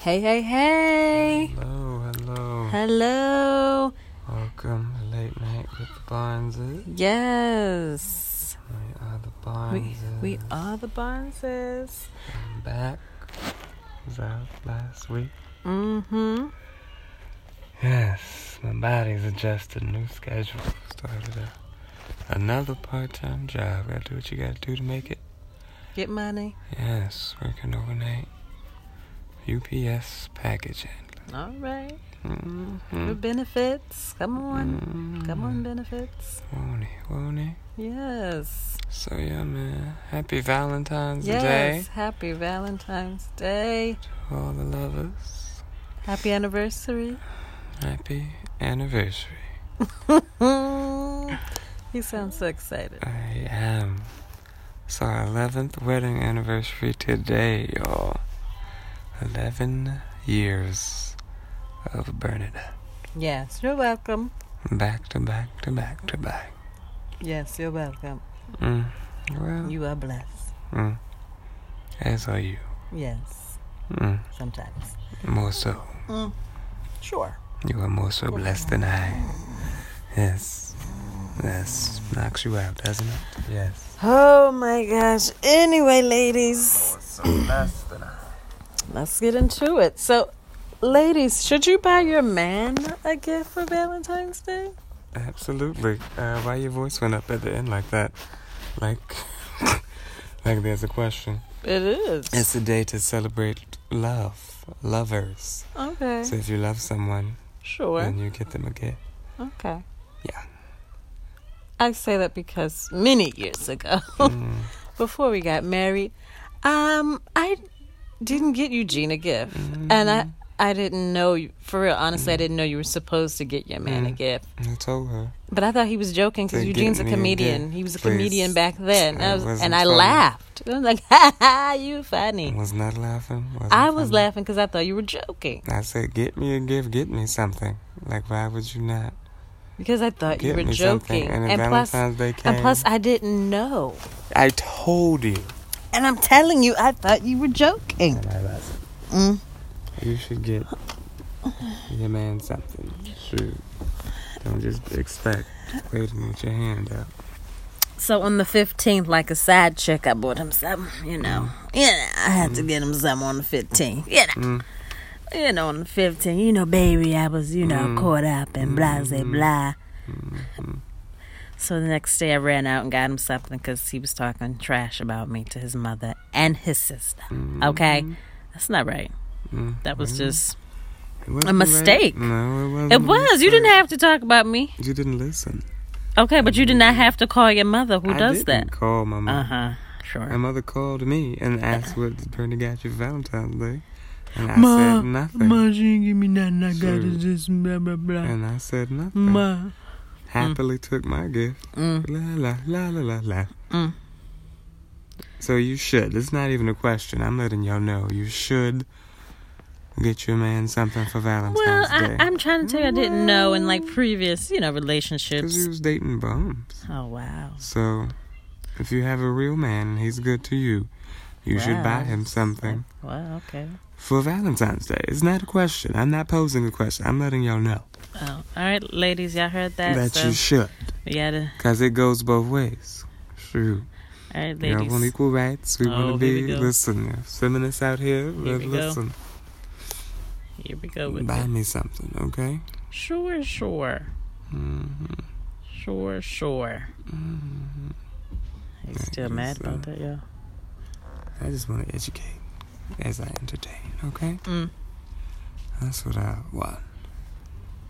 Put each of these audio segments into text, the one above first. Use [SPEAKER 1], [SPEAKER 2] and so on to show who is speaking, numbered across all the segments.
[SPEAKER 1] Hey, hey, hey.
[SPEAKER 2] Hello, hello.
[SPEAKER 1] Hello.
[SPEAKER 2] Welcome to Late Night with the Barneses.
[SPEAKER 1] Yes.
[SPEAKER 2] We are the
[SPEAKER 1] We,
[SPEAKER 2] Barneses.
[SPEAKER 1] we are the Barneses.
[SPEAKER 2] I'm back. Was out last week.
[SPEAKER 1] Mm-hmm.
[SPEAKER 2] Yes, my body's adjusted. New schedule. Started a, another part-time job. Gotta do what you gotta do to make it.
[SPEAKER 1] Get money.
[SPEAKER 2] Yes, working overnight. UPS package handler.
[SPEAKER 1] All right.
[SPEAKER 2] Mm-hmm.
[SPEAKER 1] Your benefits. Come on.
[SPEAKER 2] Hmm.
[SPEAKER 1] Come on, benefits.
[SPEAKER 2] Won't he? Won't he?
[SPEAKER 1] Yes.
[SPEAKER 2] So yeah, man. Happy Valentine's Day.
[SPEAKER 1] Yes. Happy Valentine's Day.
[SPEAKER 2] all the lovers.
[SPEAKER 1] Happy anniversary.
[SPEAKER 2] Happy anniversary.
[SPEAKER 1] you sound so excited.
[SPEAKER 2] I am. It's our 11th wedding anniversary today, y'all. 11 years of Bernadette.
[SPEAKER 1] Yes, you're welcome.
[SPEAKER 2] Back to back to back to back.
[SPEAKER 1] Yes, you're welcome.
[SPEAKER 2] Mm. Well,
[SPEAKER 1] You are blessed.
[SPEAKER 2] mm. as are you.
[SPEAKER 1] Yes,
[SPEAKER 2] Mm.
[SPEAKER 1] sometimes.
[SPEAKER 2] More so.
[SPEAKER 1] Sure.
[SPEAKER 2] You are more so blessed than I. Yes. Yes. Knocks you out, doesn't it? Yes.
[SPEAKER 1] Oh my gosh. Anyway, ladies,
[SPEAKER 2] So blessed than I.
[SPEAKER 1] let's get into it. So, ladies, should you buy your man a gift for Valentine's Day?
[SPEAKER 2] Absolutely. Uh, why your voice went up at the end like that? Like, like there's a question.
[SPEAKER 1] It is.
[SPEAKER 2] It's a day to celebrate love, lovers.
[SPEAKER 1] okay.
[SPEAKER 2] So if you love someone,
[SPEAKER 1] sure.
[SPEAKER 2] then you get them a gift.
[SPEAKER 1] Okay.
[SPEAKER 2] Mm. Yeah.
[SPEAKER 1] I say that because many years ago,
[SPEAKER 2] Mm,
[SPEAKER 1] before we got married, um, I didn't get Eugene a gift, and I.
[SPEAKER 2] Mm-hmm.
[SPEAKER 1] I didn't know, you- for real, honestly, I didn't know you were supposed to get your man a
[SPEAKER 2] Mm.
[SPEAKER 1] gift.
[SPEAKER 2] I told her.
[SPEAKER 1] But I thought he was joking because
[SPEAKER 2] They
[SPEAKER 1] Eugene's a
[SPEAKER 2] didn't even
[SPEAKER 1] comedian.
[SPEAKER 2] get-
[SPEAKER 1] He was a
[SPEAKER 2] please.
[SPEAKER 1] comedian back then. And I,
[SPEAKER 2] It
[SPEAKER 1] was, and
[SPEAKER 2] wasn't
[SPEAKER 1] I
[SPEAKER 2] funny.
[SPEAKER 1] laughed. I was like, ha ha, you funny.
[SPEAKER 2] Was not laughing. wasn't
[SPEAKER 1] I was
[SPEAKER 2] funny.
[SPEAKER 1] laughing because I thought you were joking.
[SPEAKER 2] I said, get me a gift, get me something. Like, why would you not?
[SPEAKER 1] Because I thought you
[SPEAKER 2] Get
[SPEAKER 1] were
[SPEAKER 2] me
[SPEAKER 1] joking.
[SPEAKER 2] something. And, then
[SPEAKER 1] And plus, and
[SPEAKER 2] Valentine's Day came.
[SPEAKER 1] plus, I didn't know.
[SPEAKER 2] I told you.
[SPEAKER 1] And I'm telling you, I thought you were joking.
[SPEAKER 2] And I wasn't.
[SPEAKER 1] Mm.
[SPEAKER 2] You should get your man something. Shoot. Don't just expect waiting with your hand out.
[SPEAKER 1] So on the 15th, like a side chick, I bought him some, you know. Yeah, I had to get him some on the 15th. Yeah.
[SPEAKER 2] Mm.
[SPEAKER 1] You know, on the 15th, you know, baby, I was, you know,
[SPEAKER 2] Mm.
[SPEAKER 1] caught up and blah, blah,
[SPEAKER 2] Mm.
[SPEAKER 1] blah.
[SPEAKER 2] Mhm.
[SPEAKER 1] So the next day, I ran out and got him something because he was talking trash about me to his mother and his sister.
[SPEAKER 2] Mm-hmm.
[SPEAKER 1] Okay? That's not right.
[SPEAKER 2] Mm.
[SPEAKER 1] That was just.
[SPEAKER 2] It wasn't
[SPEAKER 1] a mistake.
[SPEAKER 2] Right. No, it wasn't.
[SPEAKER 1] It
[SPEAKER 2] a
[SPEAKER 1] was. You didn't
[SPEAKER 2] mistake.
[SPEAKER 1] have to talk about me.
[SPEAKER 2] You didn't listen.
[SPEAKER 1] Okay, but you did not have to call your mother. Who
[SPEAKER 2] I
[SPEAKER 1] does
[SPEAKER 2] didn't Call my Um,
[SPEAKER 1] that? Uh
[SPEAKER 2] mom.
[SPEAKER 1] huh.
[SPEAKER 2] My
[SPEAKER 1] Sure.
[SPEAKER 2] mother called me and asked what Bernie got you for Valentine's Day, and I
[SPEAKER 1] Ma,
[SPEAKER 2] said nothing.
[SPEAKER 1] Ma, she didn't give me nothing. I got
[SPEAKER 2] Shoot.
[SPEAKER 1] is this, blah, blah, blah.
[SPEAKER 2] And I said nothing.
[SPEAKER 1] Ma.
[SPEAKER 2] Happily took my gift.
[SPEAKER 1] Mm.
[SPEAKER 2] La la la la la la.
[SPEAKER 1] Mm.
[SPEAKER 2] So you should. It's not even a question. I'm letting y'all know. You should get your man something for Valentine's
[SPEAKER 1] Well, I,
[SPEAKER 2] Day.
[SPEAKER 1] I'm trying to tell you, I didn't know in
[SPEAKER 2] Mm.
[SPEAKER 1] like previous, you know, relationships.
[SPEAKER 2] Because he was dating bums.
[SPEAKER 1] Oh, wow.
[SPEAKER 2] So if you have a real man and he's good to you, you should buy
[SPEAKER 1] Wow.
[SPEAKER 2] him something
[SPEAKER 1] Wow, okay.
[SPEAKER 2] for Valentine's Day. It's not a question. I'm not posing a question. I'm letting y'all know
[SPEAKER 1] Oh, all right, ladies, y'all heard that.
[SPEAKER 2] that
[SPEAKER 1] so
[SPEAKER 2] you should.
[SPEAKER 1] we gotta.
[SPEAKER 2] Because it goes both ways. Shoot.
[SPEAKER 1] All right,
[SPEAKER 2] We all
[SPEAKER 1] ladies.
[SPEAKER 2] want equal rights. We
[SPEAKER 1] Oh,
[SPEAKER 2] want to
[SPEAKER 1] here we
[SPEAKER 2] be
[SPEAKER 1] go.
[SPEAKER 2] listen, feminists out here.
[SPEAKER 1] Here we go.
[SPEAKER 2] listen,
[SPEAKER 1] Here we go with
[SPEAKER 2] buy
[SPEAKER 1] it.
[SPEAKER 2] me something, okay?
[SPEAKER 1] Sure, sure,
[SPEAKER 2] Mm-hmm.
[SPEAKER 1] sure, sure. You still
[SPEAKER 2] Yes,
[SPEAKER 1] mad
[SPEAKER 2] uh,
[SPEAKER 1] about that, y'all?
[SPEAKER 2] I just want to educate as I entertain, okay?
[SPEAKER 1] Mm.
[SPEAKER 2] That's what I want.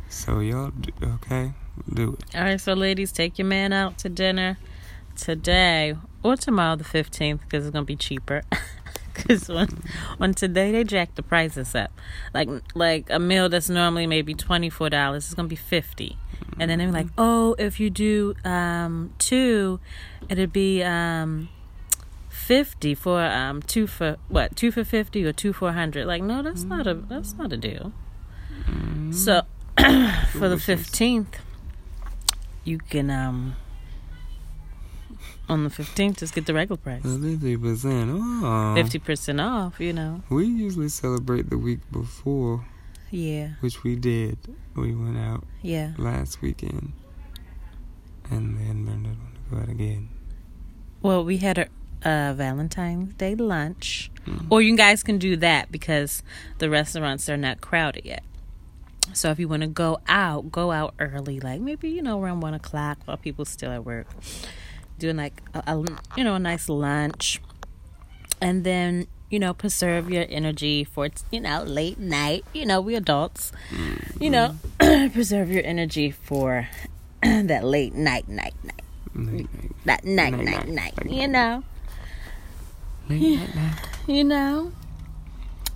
[SPEAKER 2] So y'all, do, okay, do it.
[SPEAKER 1] All right, so ladies, take your man out to dinner today or tomorrow, the fifteenth, because it's gonna be cheaper. Because on, on today they jacked the prices up, like like a meal that's normally maybe twenty four dollars is gonna be fifty, and then they're like, oh, if you do um two, it'd be um. 50 for um two for what two for 50 or two for 100 like no that's not a that's not a deal
[SPEAKER 2] Mm-hmm.
[SPEAKER 1] so for the
[SPEAKER 2] Foolishness.
[SPEAKER 1] 15th you can um on the 15th, just get the regular price.
[SPEAKER 2] Fifty percent off.
[SPEAKER 1] 50% off, you know.
[SPEAKER 2] Oh, We usually celebrate the week before,
[SPEAKER 1] Yeah,
[SPEAKER 2] which we did. We went out
[SPEAKER 1] yeah.
[SPEAKER 2] last weekend, and then Bernard wanted to go out again.
[SPEAKER 1] Well, we had a uh, Valentine's Day lunch.
[SPEAKER 2] Mm.
[SPEAKER 1] Or you guys can do that because the restaurants are not crowded yet. So if you want to go out, go out early, like maybe you know around one o'clock while people still at work, doing like a, a- you know a nice lunch, and then you know preserve your energy for you know late night. You know we adults, you know
[SPEAKER 2] Mm-hmm.
[SPEAKER 1] preserve your energy for that late night night night
[SPEAKER 2] Night, night,
[SPEAKER 1] that night
[SPEAKER 2] Night,
[SPEAKER 1] night night,
[SPEAKER 2] night, night,
[SPEAKER 1] you
[SPEAKER 2] night.
[SPEAKER 1] know
[SPEAKER 2] night, night, night.
[SPEAKER 1] you know,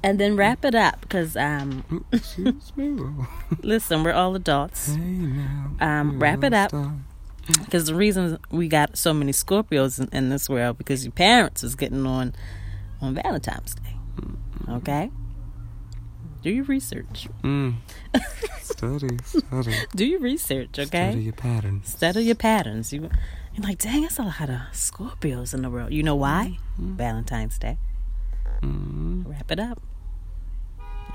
[SPEAKER 1] and then wrap it up because um
[SPEAKER 2] Ooh, Excuse me. Whoa.
[SPEAKER 1] listen we're all adults.
[SPEAKER 2] Hey now.
[SPEAKER 1] Um,
[SPEAKER 2] you
[SPEAKER 1] wrap it up.
[SPEAKER 2] rockstar. Mm-hmm.
[SPEAKER 1] Because the reason we got so many Scorpios in, in this world because your parents was getting on on Valentine's Day. Okay, do your research.
[SPEAKER 2] Mm. study, study,
[SPEAKER 1] Do your research.
[SPEAKER 2] study
[SPEAKER 1] Okay,
[SPEAKER 2] your patterns.
[SPEAKER 1] study your patterns. You you're like, dang, that's a lot of Scorpios in the world. You know why?
[SPEAKER 2] Mm-hmm.
[SPEAKER 1] Valentine's Day.
[SPEAKER 2] Mm,
[SPEAKER 1] Wrap it up.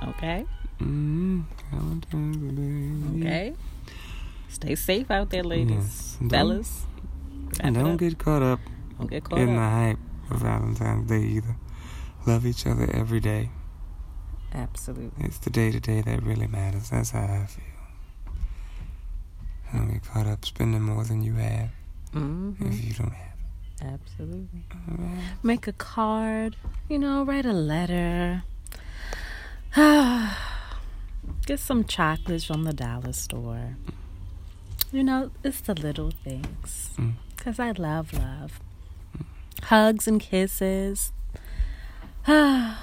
[SPEAKER 1] Okay,
[SPEAKER 2] mm, Valentine's Day.
[SPEAKER 1] okay. Stay safe out there, ladies,
[SPEAKER 2] Yes. Mm-hmm. Don't-
[SPEAKER 1] fellas. Wrap
[SPEAKER 2] And
[SPEAKER 1] it
[SPEAKER 2] don't
[SPEAKER 1] up.
[SPEAKER 2] get caught up
[SPEAKER 1] don't get caught
[SPEAKER 2] in the
[SPEAKER 1] up.
[SPEAKER 2] hype of Valentine's Day either. Love each other every day.
[SPEAKER 1] Absolutely.
[SPEAKER 2] It's the day to day that really matters. That's how I feel. Don't get caught up spending more than you have
[SPEAKER 1] hmm
[SPEAKER 2] if you don't have.
[SPEAKER 1] Absolutely.
[SPEAKER 2] All right.
[SPEAKER 1] make a card, you know, write a letter. Get some chocolates from the dollar store. You know, it's the little things.
[SPEAKER 2] Mm.
[SPEAKER 1] Because I love love. Hugs and kisses. little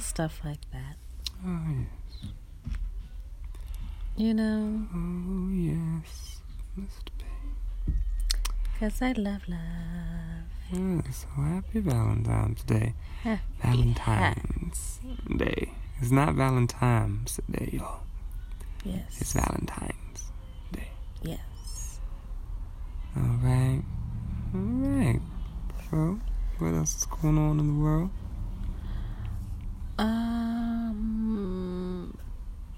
[SPEAKER 1] stuff like that.
[SPEAKER 2] Oh, yeah.
[SPEAKER 1] You know,
[SPEAKER 2] Oh, yes. Mr. Pink.
[SPEAKER 1] because I love love.
[SPEAKER 2] Yes. Well, happy Valentine's Day.
[SPEAKER 1] Happy,
[SPEAKER 2] Valentine's Day. It's not Valentine's Day, y'all.
[SPEAKER 1] Yes.
[SPEAKER 2] It's Valentine's.
[SPEAKER 1] Yes.
[SPEAKER 2] All right. All right. So, what else is going on in the world?
[SPEAKER 1] Um,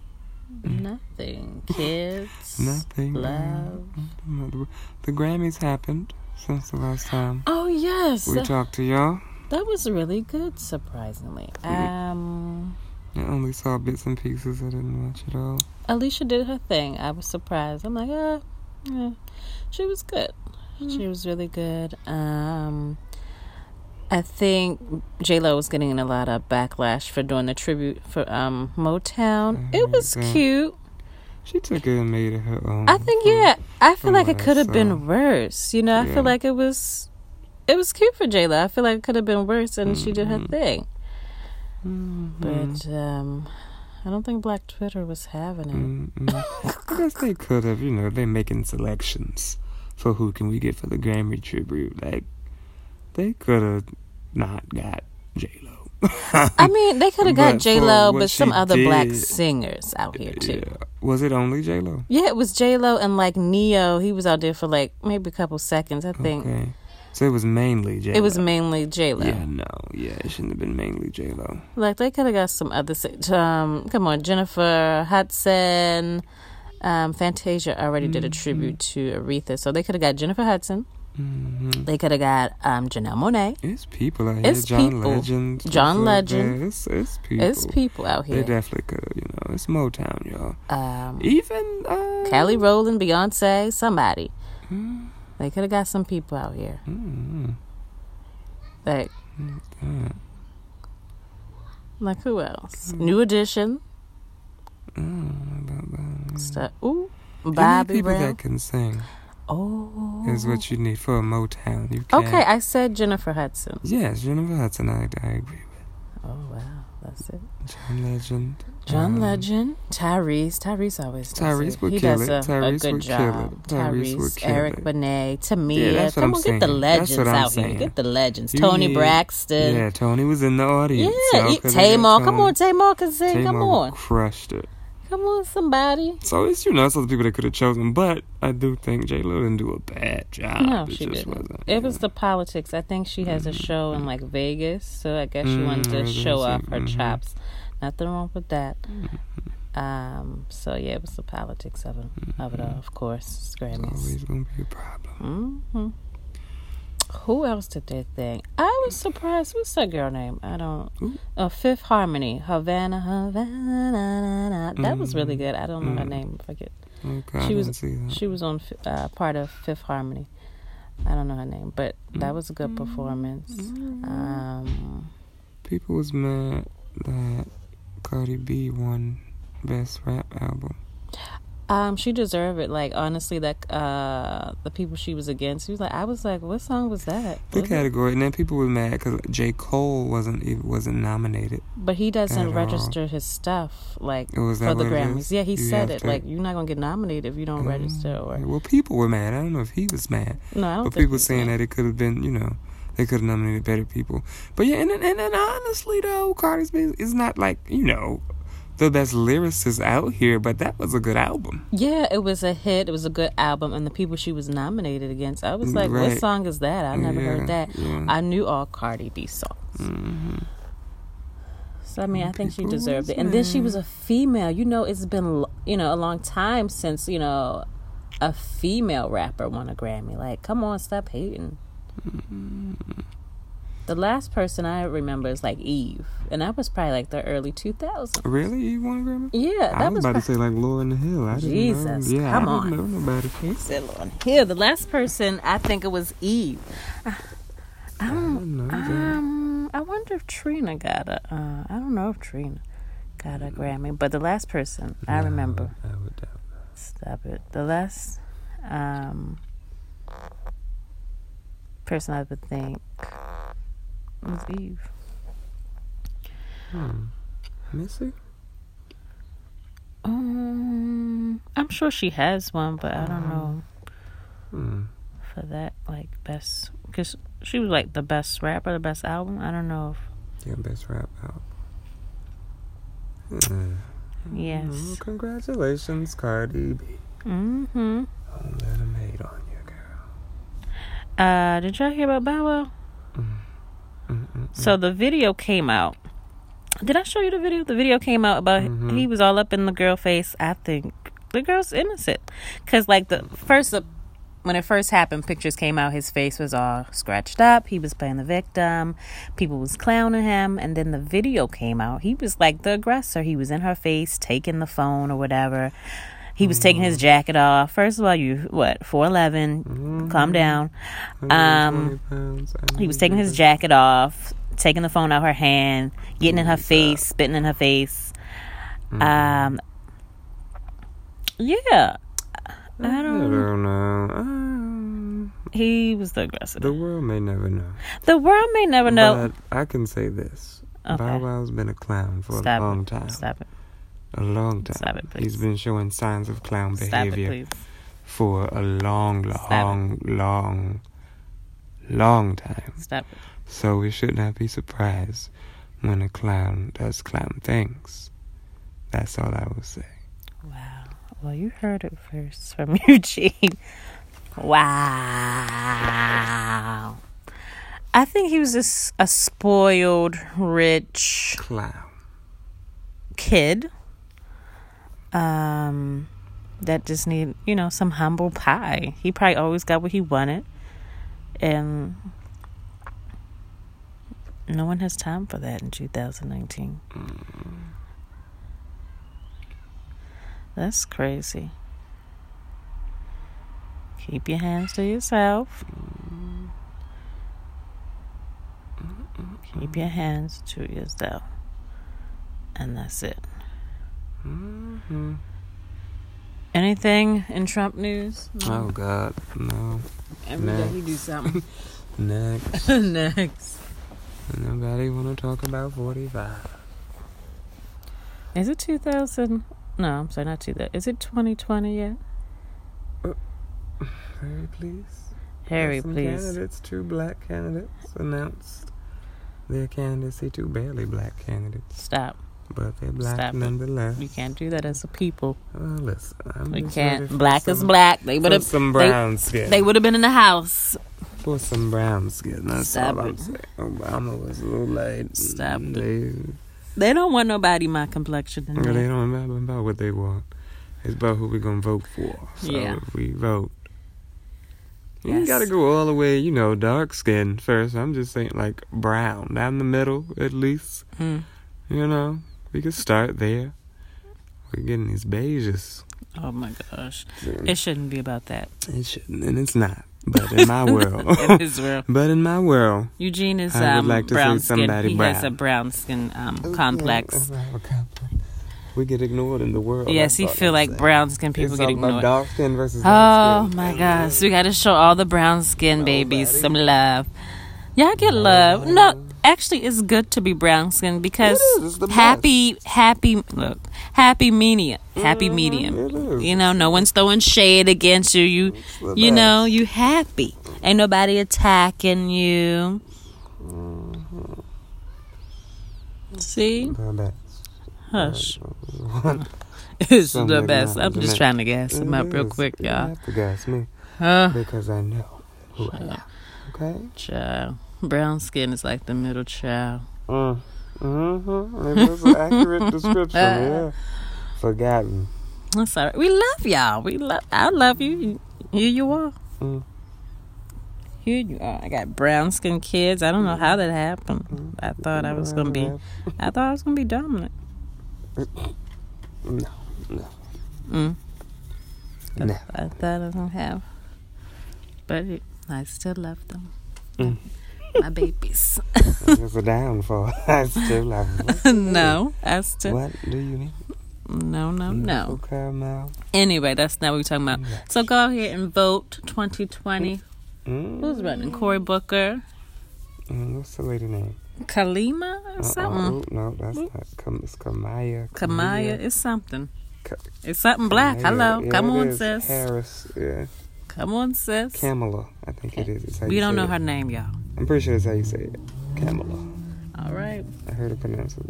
[SPEAKER 1] nothing. Kids.
[SPEAKER 2] Nothing.
[SPEAKER 1] Love.
[SPEAKER 2] Another- The Grammys happened since the last time
[SPEAKER 1] Oh yes,
[SPEAKER 2] we
[SPEAKER 1] that,
[SPEAKER 2] talked to y'all.
[SPEAKER 1] that was really good. Surprisingly, um,
[SPEAKER 2] I only saw bits and pieces. I didn't watch it all.
[SPEAKER 1] Alicia did her thing. I was surprised. I'm like, uh, yeah, she was good.
[SPEAKER 2] Hmm.
[SPEAKER 1] She was really good. Um, I think J Lo was getting a lot of backlash for doing the tribute for um Motown. It was
[SPEAKER 2] Mhm.
[SPEAKER 1] cute.
[SPEAKER 2] She took it and made it her own.
[SPEAKER 1] I think
[SPEAKER 2] from-
[SPEAKER 1] yeah. I feel
[SPEAKER 2] from
[SPEAKER 1] like it
[SPEAKER 2] what I
[SPEAKER 1] could have
[SPEAKER 2] saw.
[SPEAKER 1] been worse. You know, I
[SPEAKER 2] Oh, uh, Yeah.
[SPEAKER 1] feel like it was it was cute for Jayla. I feel like it could have been worse and she did
[SPEAKER 2] Mm-hmm.
[SPEAKER 1] her thing.
[SPEAKER 2] Mhm.
[SPEAKER 1] But um I don't think Black Twitter was having it.
[SPEAKER 2] Mm-hmm. Mm-mm. Yes, they could have. You know, they're making selections for who can we get for the Grammy tribute. Like, they could have not got J Lo.
[SPEAKER 1] I mean, they could have got
[SPEAKER 2] But
[SPEAKER 1] J Lo,
[SPEAKER 2] for what
[SPEAKER 1] but some
[SPEAKER 2] she
[SPEAKER 1] other black
[SPEAKER 2] did-
[SPEAKER 1] singers out here too.
[SPEAKER 2] Yeah. Was it only J Lo?
[SPEAKER 1] Yeah, it was J Lo and like Neo. He was out there for like maybe a couple seconds, I think.
[SPEAKER 2] Okay. So it was mainly J Lo.
[SPEAKER 1] Mm. It was mainly J Lo.
[SPEAKER 2] Yeah, no, yeah, it shouldn't have been mainly J Lo.
[SPEAKER 1] Like they could have got some other. si- Um, come on, Jennifer Hudson. Um, Fantasia already did
[SPEAKER 2] Mm-hmm.
[SPEAKER 1] a tribute to Aretha, so they could have got Jennifer Hudson.
[SPEAKER 2] hmm
[SPEAKER 1] They could have got um, Janelle Monet.
[SPEAKER 2] It's people out here.
[SPEAKER 1] It's
[SPEAKER 2] John
[SPEAKER 1] people.
[SPEAKER 2] Legend.
[SPEAKER 1] John
[SPEAKER 2] stuff like that.
[SPEAKER 1] Legend.
[SPEAKER 2] It's, it's people.
[SPEAKER 1] It's people out
[SPEAKER 2] They
[SPEAKER 1] here.
[SPEAKER 2] definitely could have, you know. It's Motown, y'all.
[SPEAKER 1] Um,
[SPEAKER 2] Even uh,
[SPEAKER 1] Kelly Rowland, Beyonce, somebody.
[SPEAKER 2] Mm,
[SPEAKER 1] They could have got some people out here.
[SPEAKER 2] mm,
[SPEAKER 1] Like,
[SPEAKER 2] mm, mm,
[SPEAKER 1] like who else?
[SPEAKER 2] Mm-hmm.
[SPEAKER 1] New Edition.
[SPEAKER 2] mm, about that.
[SPEAKER 1] Stuff. Ooh,
[SPEAKER 2] You need
[SPEAKER 1] Bobby
[SPEAKER 2] people
[SPEAKER 1] Brown.
[SPEAKER 2] that can sing
[SPEAKER 1] Oh.
[SPEAKER 2] is what you need for a Motown. You can't.
[SPEAKER 1] Okay, I said Jennifer Hudson.
[SPEAKER 2] Yes, Jennifer Hudson. I, I agree
[SPEAKER 1] Oh wow, that's it.
[SPEAKER 2] with John Legend.
[SPEAKER 1] John
[SPEAKER 2] Um,
[SPEAKER 1] Legend, Tyrese, Tyrese always does
[SPEAKER 2] Tyrese
[SPEAKER 1] it.
[SPEAKER 2] would
[SPEAKER 1] he
[SPEAKER 2] kill
[SPEAKER 1] does
[SPEAKER 2] it.
[SPEAKER 1] a, a
[SPEAKER 2] Tyrese
[SPEAKER 1] good
[SPEAKER 2] would kill
[SPEAKER 1] job.
[SPEAKER 2] it. Tyrese would kill
[SPEAKER 1] Eric
[SPEAKER 2] it.
[SPEAKER 1] Benet, Tamia.
[SPEAKER 2] that's what
[SPEAKER 1] Come
[SPEAKER 2] I'm
[SPEAKER 1] on,
[SPEAKER 2] saying.
[SPEAKER 1] get the
[SPEAKER 2] That's
[SPEAKER 1] legends
[SPEAKER 2] what I'm
[SPEAKER 1] out
[SPEAKER 2] saying.
[SPEAKER 1] here. Get the legends.
[SPEAKER 2] You
[SPEAKER 1] Tony
[SPEAKER 2] need-
[SPEAKER 1] Braxton.
[SPEAKER 2] Yeah, Tony was in the audience.
[SPEAKER 1] Yeah,
[SPEAKER 2] y'all
[SPEAKER 1] e-
[SPEAKER 2] could've
[SPEAKER 1] Tamar.
[SPEAKER 2] got
[SPEAKER 1] Come
[SPEAKER 2] Tony.
[SPEAKER 1] on, Tamar can sing. Come
[SPEAKER 2] Tamar
[SPEAKER 1] on.
[SPEAKER 2] crushed it.
[SPEAKER 1] Come on, somebody.
[SPEAKER 2] So it's you know it's other people that could have chosen, but I do think J Lo didn't do a bad job.
[SPEAKER 1] No,
[SPEAKER 2] It
[SPEAKER 1] she
[SPEAKER 2] just
[SPEAKER 1] didn't.
[SPEAKER 2] wasn't,
[SPEAKER 1] It
[SPEAKER 2] yeah.
[SPEAKER 1] was the politics. I think she has a show in like Vegas, so I guess she wanted
[SPEAKER 2] Mm, I
[SPEAKER 1] to
[SPEAKER 2] was gonna
[SPEAKER 1] show
[SPEAKER 2] say,
[SPEAKER 1] off her
[SPEAKER 2] mhm.
[SPEAKER 1] chops. Nothing wrong with that.
[SPEAKER 2] Mm-hmm.
[SPEAKER 1] Um, so yeah, it was the politics of it, of it all, of course. It's
[SPEAKER 2] It's
[SPEAKER 1] Grammys.
[SPEAKER 2] always gonna be a problem.
[SPEAKER 1] hmm Who else did their thing? I was surprised. What's that girl name? I don't.
[SPEAKER 2] Who?
[SPEAKER 1] Oh, Fifth Harmony, Havana, Havana. na, na, na. That was really good. I don't know her
[SPEAKER 2] Mm.
[SPEAKER 1] name. Forget.
[SPEAKER 2] Okay,
[SPEAKER 1] She
[SPEAKER 2] I
[SPEAKER 1] was-
[SPEAKER 2] didn't see that.
[SPEAKER 1] She was on f- uh, part of Fifth Harmony. I don't know her name, but that was a good performance.
[SPEAKER 2] Mm-hmm. Mm.
[SPEAKER 1] Um,
[SPEAKER 2] People was mad that Cardi B won best rap album.
[SPEAKER 1] um, she deserved it. Like honestly, that uh, the people she was against, she was like, I was like, what song was that?
[SPEAKER 2] The
[SPEAKER 1] Was it-
[SPEAKER 2] category, and then people were mad because J Cole wasn't even wasn't nominated.
[SPEAKER 1] But he doesn't
[SPEAKER 2] At
[SPEAKER 1] register his stuff like
[SPEAKER 2] Oh, is that
[SPEAKER 1] for the
[SPEAKER 2] what it
[SPEAKER 1] Grammys.
[SPEAKER 2] is?
[SPEAKER 1] Yeah, he
[SPEAKER 2] You
[SPEAKER 1] said
[SPEAKER 2] have
[SPEAKER 1] it.
[SPEAKER 2] to- Oh, Mm.
[SPEAKER 1] Like you're not gonna get nominated if you don't register. Or
[SPEAKER 2] Well, people were mad. I don't know if he was mad,
[SPEAKER 1] no, I don't.
[SPEAKER 2] but
[SPEAKER 1] think
[SPEAKER 2] people
[SPEAKER 1] he's
[SPEAKER 2] saying
[SPEAKER 1] right.
[SPEAKER 2] that it could have been, you know, they could have nominated better people. But yeah, and and, and, and honestly though, Cardi B is not like you know the best lyricist out here, but that was a good album.
[SPEAKER 1] Yeah, it was a hit. It was a good album, and the people she was nominated against, I was like, what
[SPEAKER 2] Right.
[SPEAKER 1] song is that? I never
[SPEAKER 2] Yeah,
[SPEAKER 1] heard that.
[SPEAKER 2] yeah.
[SPEAKER 1] I knew all Cardi B songs.
[SPEAKER 2] Mhm.
[SPEAKER 1] So I mean, I think she
[SPEAKER 2] People
[SPEAKER 1] deserved
[SPEAKER 2] was
[SPEAKER 1] it. And then she was a female. You know, it's been l- you know a long time since you know a female rapper won a Grammy. Like, come on, stop hating.
[SPEAKER 2] Mm-hmm.
[SPEAKER 1] The last person I remember is like Eve, and that was probably like the early 2000s.
[SPEAKER 2] Really, you won a Grammy?
[SPEAKER 1] Yeah,
[SPEAKER 2] I
[SPEAKER 1] that
[SPEAKER 2] was
[SPEAKER 1] was.
[SPEAKER 2] about
[SPEAKER 1] Pro-
[SPEAKER 2] to say like Lauren Hill. I didn't
[SPEAKER 1] Jesus,
[SPEAKER 2] know. Yeah,
[SPEAKER 1] come
[SPEAKER 2] I
[SPEAKER 1] on.
[SPEAKER 2] didn't know nobody.
[SPEAKER 1] Sit on here. The last person I think it was Eve.
[SPEAKER 2] I didn't know that.
[SPEAKER 1] Um, I wonder if Trina got a. Uh, I don't know if Trina got a Grammy, but the last person I remember.
[SPEAKER 2] I would doubt.
[SPEAKER 1] Stop it. The last um, person I would think was Eve.
[SPEAKER 2] Hmm. Missy?
[SPEAKER 1] Um, I'm sure she has one, but I don't know
[SPEAKER 2] Hmm.
[SPEAKER 1] for that like best because she was like the best rapper, the best album. I don't know
[SPEAKER 2] Yeah, best rap out. Hmm.
[SPEAKER 1] if yes.
[SPEAKER 2] Well, congratulations, Cardi B.
[SPEAKER 1] Mm-hmm.
[SPEAKER 2] Don't let 'em hate on you, girl.
[SPEAKER 1] Uh, did y'all hear about Bow Wow?
[SPEAKER 2] Mm-mm.
[SPEAKER 1] So the video came out. Did I show you the video? The video came out about
[SPEAKER 2] Mhm.
[SPEAKER 1] he was all up in the girl face. I think the girl's innocent because like the first when it first happened, pictures came out. His face was all scratched up. He was playing the victim. People was clowning him, and then the video came out. He was like the aggressor. He was in her face, taking the phone or whatever. He was taking his jacket off. First of all, you what four Calm down. Um,
[SPEAKER 2] 120 pounds, I
[SPEAKER 1] He
[SPEAKER 2] know
[SPEAKER 1] was
[SPEAKER 2] you
[SPEAKER 1] taking his
[SPEAKER 2] can-
[SPEAKER 1] jacket off, taking the phone out her hand, getting in her
[SPEAKER 2] uh,
[SPEAKER 1] face, spitting in her face.
[SPEAKER 2] Mm.
[SPEAKER 1] Um, yeah, I
[SPEAKER 2] I
[SPEAKER 1] don't.
[SPEAKER 2] don't know. Um,
[SPEAKER 1] He was the aggressor.
[SPEAKER 2] the world may never know.
[SPEAKER 1] The world may never know.
[SPEAKER 2] But I can say this. Bow
[SPEAKER 1] Okay.
[SPEAKER 2] Wow's been a clown for
[SPEAKER 1] Stop
[SPEAKER 2] a long
[SPEAKER 1] it.
[SPEAKER 2] time.
[SPEAKER 1] Stop it.
[SPEAKER 2] A long time.
[SPEAKER 1] Stop it, please.
[SPEAKER 2] He's been showing signs of clown
[SPEAKER 1] Stop it,
[SPEAKER 2] behavior
[SPEAKER 1] please.
[SPEAKER 2] for a long,
[SPEAKER 1] Stop it.
[SPEAKER 2] long, long, long time.
[SPEAKER 1] Stop it.
[SPEAKER 2] So we should not be surprised when a clown does clown things. That's all I will say.
[SPEAKER 1] Wow. Well, you heard it first from Eugene. Wow. I think he was a, s- a spoiled, rich
[SPEAKER 2] Clown.
[SPEAKER 1] kid. Um, that just need you know some humble pie. He probably always got what he wanted, and no one has time for that in 2019. That's crazy. Keep your hands to yourself. Keep your hands to yourself. And that's it.
[SPEAKER 2] hmm
[SPEAKER 1] Anything in Trump news?
[SPEAKER 2] Oh God, no.
[SPEAKER 1] Every day he do something.
[SPEAKER 2] Next,
[SPEAKER 1] Next.
[SPEAKER 2] nobody want to talk about forty-five.
[SPEAKER 1] Is it 2000? No, I'm sorry, not 2000. Is it 2020 yet?
[SPEAKER 2] Harry, please.
[SPEAKER 1] Harry,
[SPEAKER 2] Some
[SPEAKER 1] please.
[SPEAKER 2] Candidates, two black candidates, announced their candidacy. Two barely black candidates.
[SPEAKER 1] Stop.
[SPEAKER 2] But they're black
[SPEAKER 1] Stop it.
[SPEAKER 2] nonetheless.
[SPEAKER 1] You can't do that as a people.
[SPEAKER 2] Well, listen, I'm
[SPEAKER 1] We
[SPEAKER 2] just ready
[SPEAKER 1] can't.
[SPEAKER 2] for
[SPEAKER 1] Black is
[SPEAKER 2] some-
[SPEAKER 1] black. They
[SPEAKER 2] For
[SPEAKER 1] would have.
[SPEAKER 2] some brown skin.
[SPEAKER 1] They would have been in the house.
[SPEAKER 2] for some brown skin. That's
[SPEAKER 1] Stop
[SPEAKER 2] all I'm
[SPEAKER 1] it.
[SPEAKER 2] saying. Obama was a little late. Mm,
[SPEAKER 1] Stop it.
[SPEAKER 2] They,
[SPEAKER 1] They don't want nobody my complexion. in
[SPEAKER 2] Girl,
[SPEAKER 1] there.
[SPEAKER 2] they don't matter about what they want. It's about who we're gonna vote for. So
[SPEAKER 1] Yeah.
[SPEAKER 2] if we vote. You
[SPEAKER 1] Yes.
[SPEAKER 2] gotta go all the way, you know, dark skin first. I'm just saying like brown. Down the middle at least.
[SPEAKER 1] Mm.
[SPEAKER 2] You know? We could start there. We're getting these beiges.
[SPEAKER 1] Oh my gosh.
[SPEAKER 2] It
[SPEAKER 1] It shouldn't be about that.
[SPEAKER 2] shouldn't and it's not. But in my world
[SPEAKER 1] It is real.
[SPEAKER 2] But in my world
[SPEAKER 1] Eugene is
[SPEAKER 2] I would
[SPEAKER 1] um,
[SPEAKER 2] like to see
[SPEAKER 1] brown skin.
[SPEAKER 2] somebody
[SPEAKER 1] He has
[SPEAKER 2] brown.
[SPEAKER 1] a brown skin um, complex.
[SPEAKER 2] We get ignored in the world.
[SPEAKER 1] yes,
[SPEAKER 2] that's
[SPEAKER 1] he
[SPEAKER 2] all
[SPEAKER 1] feel
[SPEAKER 2] I'm
[SPEAKER 1] like
[SPEAKER 2] saying.
[SPEAKER 1] brown skin people
[SPEAKER 2] it's
[SPEAKER 1] get
[SPEAKER 2] all about
[SPEAKER 1] ignored.
[SPEAKER 2] Dark skin versus light
[SPEAKER 1] Oh
[SPEAKER 2] skin.
[SPEAKER 1] my gosh, we gotta show all the brown skin babies
[SPEAKER 2] Nobody.
[SPEAKER 1] some love. Y'all get love. No, actually, it's good to be brown skin because
[SPEAKER 2] It is, it's the
[SPEAKER 1] happy, happy, look, happy medium, happy
[SPEAKER 2] Mhm, it
[SPEAKER 1] medium.
[SPEAKER 2] is.
[SPEAKER 1] You know, no one's throwing shade against you. You,
[SPEAKER 2] the
[SPEAKER 1] you
[SPEAKER 2] best.
[SPEAKER 1] know, you happy. Ain't nobody attacking you.
[SPEAKER 2] Mm,
[SPEAKER 1] See,
[SPEAKER 2] Now that-
[SPEAKER 1] hush.
[SPEAKER 2] What?
[SPEAKER 1] It's
[SPEAKER 2] Something
[SPEAKER 1] the
[SPEAKER 2] like
[SPEAKER 1] best.
[SPEAKER 2] that,
[SPEAKER 1] I'm
[SPEAKER 2] isn't
[SPEAKER 1] just
[SPEAKER 2] it?
[SPEAKER 1] trying to gas him up
[SPEAKER 2] It
[SPEAKER 1] real
[SPEAKER 2] is.
[SPEAKER 1] quick,
[SPEAKER 2] You
[SPEAKER 1] y'all.
[SPEAKER 2] have to gas me
[SPEAKER 1] Huh.
[SPEAKER 2] because I know who I am. Okay.
[SPEAKER 1] Child. Brown skin is like the middle child.
[SPEAKER 2] Mm. Mm-hmm. It was an accurate description.
[SPEAKER 1] Uh,
[SPEAKER 2] Yeah. Forgotten.
[SPEAKER 1] I'm sorry. We love y'all. We love I love you. Here you are.
[SPEAKER 2] Mm.
[SPEAKER 1] Here you are. I got brown skin kids. I don't know how that
[SPEAKER 2] Mm.
[SPEAKER 1] happened. I thought I was gonna be I thought I was gonna be dominant.
[SPEAKER 2] No. No.
[SPEAKER 1] Mm.
[SPEAKER 2] No.
[SPEAKER 1] I thought I was gonna have but it, I still love them.
[SPEAKER 2] Mm.
[SPEAKER 1] My babies.
[SPEAKER 2] It's a downfall. I still love you.
[SPEAKER 1] no. I still
[SPEAKER 2] What do you need?
[SPEAKER 1] no no Um, no.
[SPEAKER 2] Okay, now.
[SPEAKER 1] Anyway, that's not what we're talking about. So go out here and vote twenty twenty.
[SPEAKER 2] Mm.
[SPEAKER 1] Who's running? Cory Booker.
[SPEAKER 2] Mm, what's the lady name?
[SPEAKER 1] Kalima or
[SPEAKER 2] Uh-uh.
[SPEAKER 1] something.
[SPEAKER 2] Ooh, no, that's not. Kam- it's Kamaya.
[SPEAKER 1] Kamaya, it's something.
[SPEAKER 2] Ka-
[SPEAKER 1] It's something black.
[SPEAKER 2] Kamaya.
[SPEAKER 1] Hello.
[SPEAKER 2] Yeah,
[SPEAKER 1] Come
[SPEAKER 2] it
[SPEAKER 1] on,
[SPEAKER 2] is.
[SPEAKER 1] sis.
[SPEAKER 2] Harris. Yeah.
[SPEAKER 1] Come on, sis.
[SPEAKER 2] Kamala. I think it is. It's how
[SPEAKER 1] We
[SPEAKER 2] you
[SPEAKER 1] don't
[SPEAKER 2] say
[SPEAKER 1] know
[SPEAKER 2] it.
[SPEAKER 1] her name, y'all.
[SPEAKER 2] I'm pretty sure that's how you say it. Kamala.
[SPEAKER 1] All right.
[SPEAKER 2] I heard it pronounced it.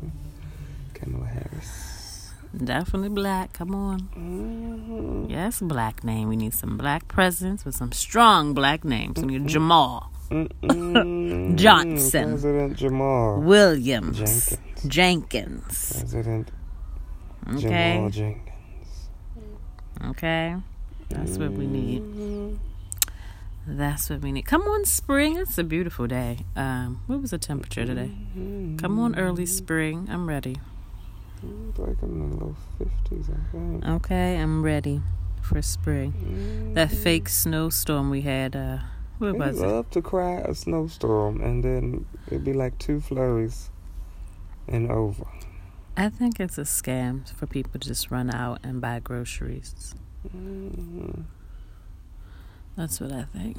[SPEAKER 2] Kamala Harris.
[SPEAKER 1] Definitely black. Come on.
[SPEAKER 2] Mm-hmm.
[SPEAKER 1] Yes, black name. We need some black presence with some strong black names. We need Jamal, Johnson.
[SPEAKER 2] President Jamal.
[SPEAKER 1] Williams,
[SPEAKER 2] Jenkins.
[SPEAKER 1] Jenkins.
[SPEAKER 2] President Jamal
[SPEAKER 1] Okay.
[SPEAKER 2] Jenkins.
[SPEAKER 1] Okay. That's what we need.
[SPEAKER 2] Mm-hmm.
[SPEAKER 1] That's what we need. Come on, spring. It's a beautiful day. Um, what was the temperature today?
[SPEAKER 2] Mm-hmm.
[SPEAKER 1] Come on, early spring. I'm ready.
[SPEAKER 2] It's like I'm in the low 50s, I think. Mm-hmm.
[SPEAKER 1] Okay, I'm ready for spring. Oh, That fake snowstorm we had, uh, what
[SPEAKER 2] We
[SPEAKER 1] was it?
[SPEAKER 2] love to cry a snowstorm, and then it'd be like two flurries and over.
[SPEAKER 1] I think it's a scam for people to just run out and buy groceries.
[SPEAKER 2] Mm-hmm.
[SPEAKER 1] That's what I think.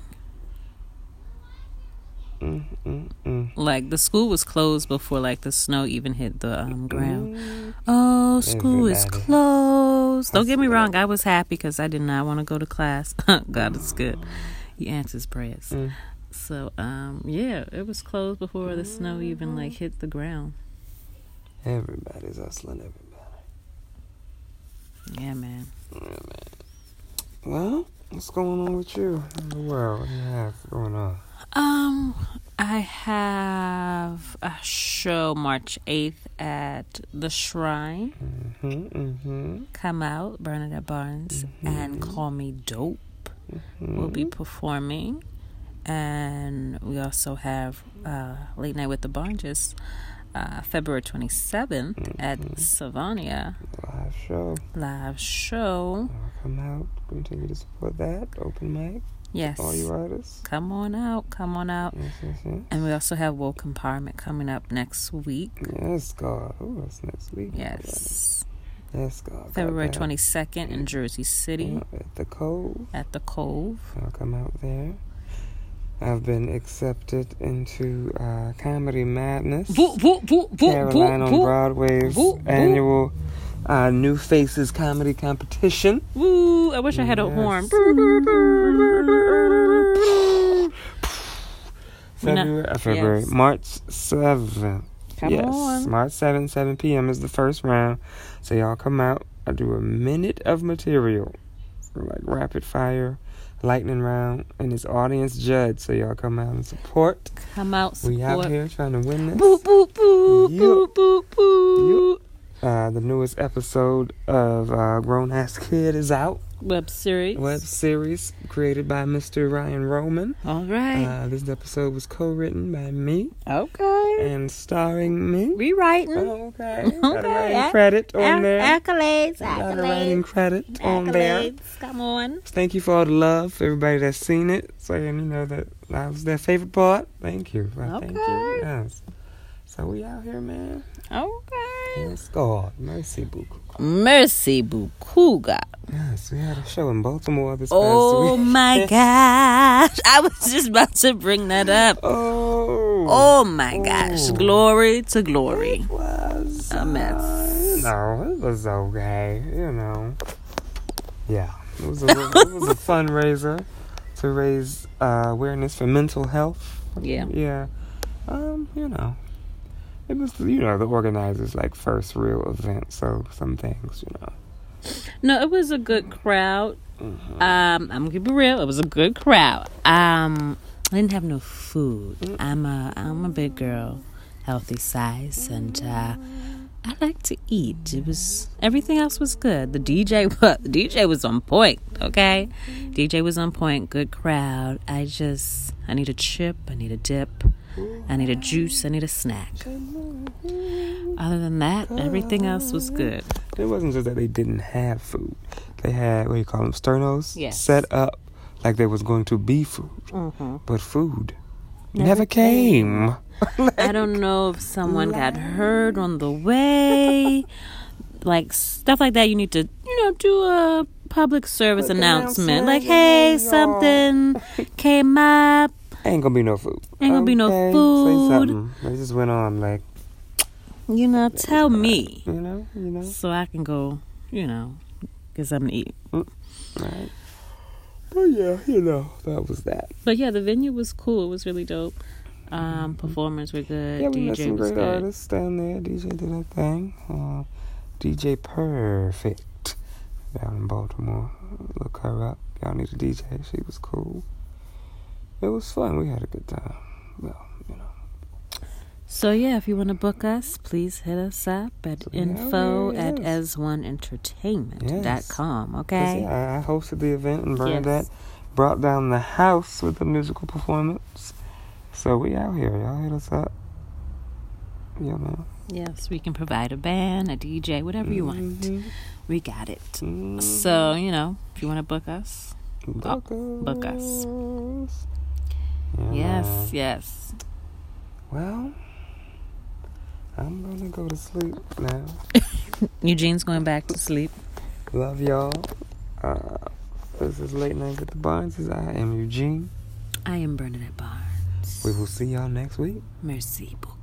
[SPEAKER 2] Mm-mm-mm.
[SPEAKER 1] Like, the school was closed before, like, the snow even hit the um, ground. Oh, school is
[SPEAKER 2] Mm-hmm. Everybody.
[SPEAKER 1] closed. Don't get me wrong, I was happy because I did not want to go to class. God is good. He answers prayers.
[SPEAKER 2] Mm.
[SPEAKER 1] So, um, yeah, it was closed before the snow even, like, hit the ground.
[SPEAKER 2] Everybody's hustling everybody.
[SPEAKER 1] Yeah, man.
[SPEAKER 2] Well, what's going on with you in the world? What do you have going on?
[SPEAKER 1] Um, I have a show March 8th at the Shrine.
[SPEAKER 2] Mm-hmm, mm-hmm.
[SPEAKER 1] Come out, Bernadette Barnes, and Call Me Dope will be performing. And we also have uh, Late Night with the Barnes uh, February 27th at Savania
[SPEAKER 2] mm-hmm. Live show.
[SPEAKER 1] live show.
[SPEAKER 2] I'll come out. Continue to support that. Open mic.
[SPEAKER 1] Yes.
[SPEAKER 2] All you artists.
[SPEAKER 1] Come on out, come on out.
[SPEAKER 2] Yes, yes, yes.
[SPEAKER 1] And we also have Woke Empowerment coming up next week.
[SPEAKER 2] Yes, God. Oh, that's next week.
[SPEAKER 1] Yes.
[SPEAKER 2] Yes, God. Got
[SPEAKER 1] February
[SPEAKER 2] that.
[SPEAKER 1] 22nd in Jersey City
[SPEAKER 2] Yeah, At the Cove.
[SPEAKER 1] at the Cove.
[SPEAKER 2] I'll come out there. I've been accepted into uh, Comedy Madness. Caroline on Broadway's
[SPEAKER 1] Woo, woo.
[SPEAKER 2] annual uh, New Faces Comedy Competition.
[SPEAKER 1] Woo! I wish I had a
[SPEAKER 2] Yes.
[SPEAKER 1] horn.
[SPEAKER 2] February, uh, February,
[SPEAKER 1] Yes.
[SPEAKER 2] March 7th.
[SPEAKER 1] Come
[SPEAKER 2] yes,
[SPEAKER 1] on.
[SPEAKER 2] March 7, 7 p.m. is the first round. So y'all come out. I do a minute of material, like rapid fire, lightning round, and it's audience judge. So y'all come out and support.
[SPEAKER 1] Come out,
[SPEAKER 2] We out
[SPEAKER 1] support.
[SPEAKER 2] here trying to win this.
[SPEAKER 1] Boop, boop, boop,
[SPEAKER 2] Yeah.
[SPEAKER 1] boop, boop, boop.
[SPEAKER 2] Uh, the newest episode of uh, Grown Ass Kid is out.
[SPEAKER 1] Web series.
[SPEAKER 2] Web series created by Mr. Ryan Roman.
[SPEAKER 1] All right.
[SPEAKER 2] Uh, this episode was co-written by me
[SPEAKER 1] okay.
[SPEAKER 2] Uh, and starring me.
[SPEAKER 1] Rewriting.
[SPEAKER 2] Okay. Got a
[SPEAKER 1] Okay.
[SPEAKER 2] writing credit on
[SPEAKER 1] Acc-
[SPEAKER 2] there.
[SPEAKER 1] Accolades.
[SPEAKER 2] Got a writing
[SPEAKER 1] Accolades.
[SPEAKER 2] credit on there.
[SPEAKER 1] Accolades. Come on.
[SPEAKER 2] Thank you for all the love, for everybody that's seen it, saying you know that that was their favorite part. Thank you. I Thank you.
[SPEAKER 1] Okay.
[SPEAKER 2] Yes. So we out here, man.
[SPEAKER 1] Okay.
[SPEAKER 2] Yes, God, mercy, book.
[SPEAKER 1] Mercy Bukuga.
[SPEAKER 2] Yes, we had a show in Baltimore this
[SPEAKER 1] Oh
[SPEAKER 2] past week.
[SPEAKER 1] my gosh. I was just about to bring that up.
[SPEAKER 2] Oh.
[SPEAKER 1] Oh my gosh.
[SPEAKER 2] Oh.
[SPEAKER 1] Glory to glory.
[SPEAKER 2] It was
[SPEAKER 1] A mess.
[SPEAKER 2] No, it was okay. You know. Yeah, it was a, it was a fundraiser to raise uh, awareness for mental health.
[SPEAKER 1] Yeah.
[SPEAKER 2] Yeah. Um, you know, it was you know the organizers' like first real event, so some things you know.
[SPEAKER 1] No, it was a good crowd.
[SPEAKER 2] Mhm.
[SPEAKER 1] Um, I'm gonna keep it real. It was a good crowd. Um, I didn't have no food. I'm a I'm a big girl, healthy size, and uh, I like to eat. It was everything else was good. The DJ was the DJ was on point. Okay, DJ was on point. Good crowd. I just I need a chip. I need a dip. I need a juice. I need a snack. Other than that, everything else was good.
[SPEAKER 2] It wasn't just that they didn't have food; they had what do you call them sternos
[SPEAKER 1] Yes.
[SPEAKER 2] set up like there was going to be food,
[SPEAKER 1] Mm-hmm.
[SPEAKER 2] but food never,
[SPEAKER 1] Never
[SPEAKER 2] came.
[SPEAKER 1] I don't know if someone got hurt on the way, like stuff like that. You need to, you know, do a public service
[SPEAKER 2] Public
[SPEAKER 1] announcement,
[SPEAKER 2] announcement,
[SPEAKER 1] like, "Hey,
[SPEAKER 2] y'all."
[SPEAKER 1] something came up."
[SPEAKER 2] Ain't gonna be no food.
[SPEAKER 1] Ain't gonna be no
[SPEAKER 2] Okay,
[SPEAKER 1] food.
[SPEAKER 2] Say something. They just went on like
[SPEAKER 1] You know, tell me
[SPEAKER 2] you know, you know,
[SPEAKER 1] so I can go, you know, get something to eat.
[SPEAKER 2] right? But yeah, you know, that was that.
[SPEAKER 1] But yeah, the venue was cool. It was really dope. Um, performers were good.
[SPEAKER 2] Mm-hmm. yeah, we met
[SPEAKER 1] DJ
[SPEAKER 2] some
[SPEAKER 1] was
[SPEAKER 2] great
[SPEAKER 1] good.
[SPEAKER 2] artists down there. DJ did her thing. Uh, DJ Perfect down in Baltimore. Look her up. Y'all need a DJ. She was cool. It was fun. We had a good time. Well, you know.
[SPEAKER 1] So yeah, if you want to book us, please hit us up at
[SPEAKER 2] So, yeah,
[SPEAKER 1] info
[SPEAKER 2] yeah,
[SPEAKER 1] at
[SPEAKER 2] yes.
[SPEAKER 1] as1entertainment.com.
[SPEAKER 2] Cause,
[SPEAKER 1] Okay.
[SPEAKER 2] yeah, I- I hosted the event and Bernadette
[SPEAKER 1] Yes.
[SPEAKER 2] brought down the house with a musical performance. So we out here. Y'all hit us up. Yeah, man.
[SPEAKER 1] Yes, we can provide a band, a DJ, whatever you want.
[SPEAKER 2] Mhm.
[SPEAKER 1] We got it.
[SPEAKER 2] Mhm.
[SPEAKER 1] So you know, if you want to book us,
[SPEAKER 2] Book
[SPEAKER 1] book us.
[SPEAKER 2] us. Yeah, man.
[SPEAKER 1] yes, yes.
[SPEAKER 2] Well, I'm gonna go to sleep now.
[SPEAKER 1] Eugene's going back to sleep.
[SPEAKER 2] Love y'all. Uh, this is Late Night with the Barneses. I am Eugene.
[SPEAKER 1] I am Bernadette Barnes.
[SPEAKER 2] We will see y'all next week.
[SPEAKER 1] Merci beaucoup.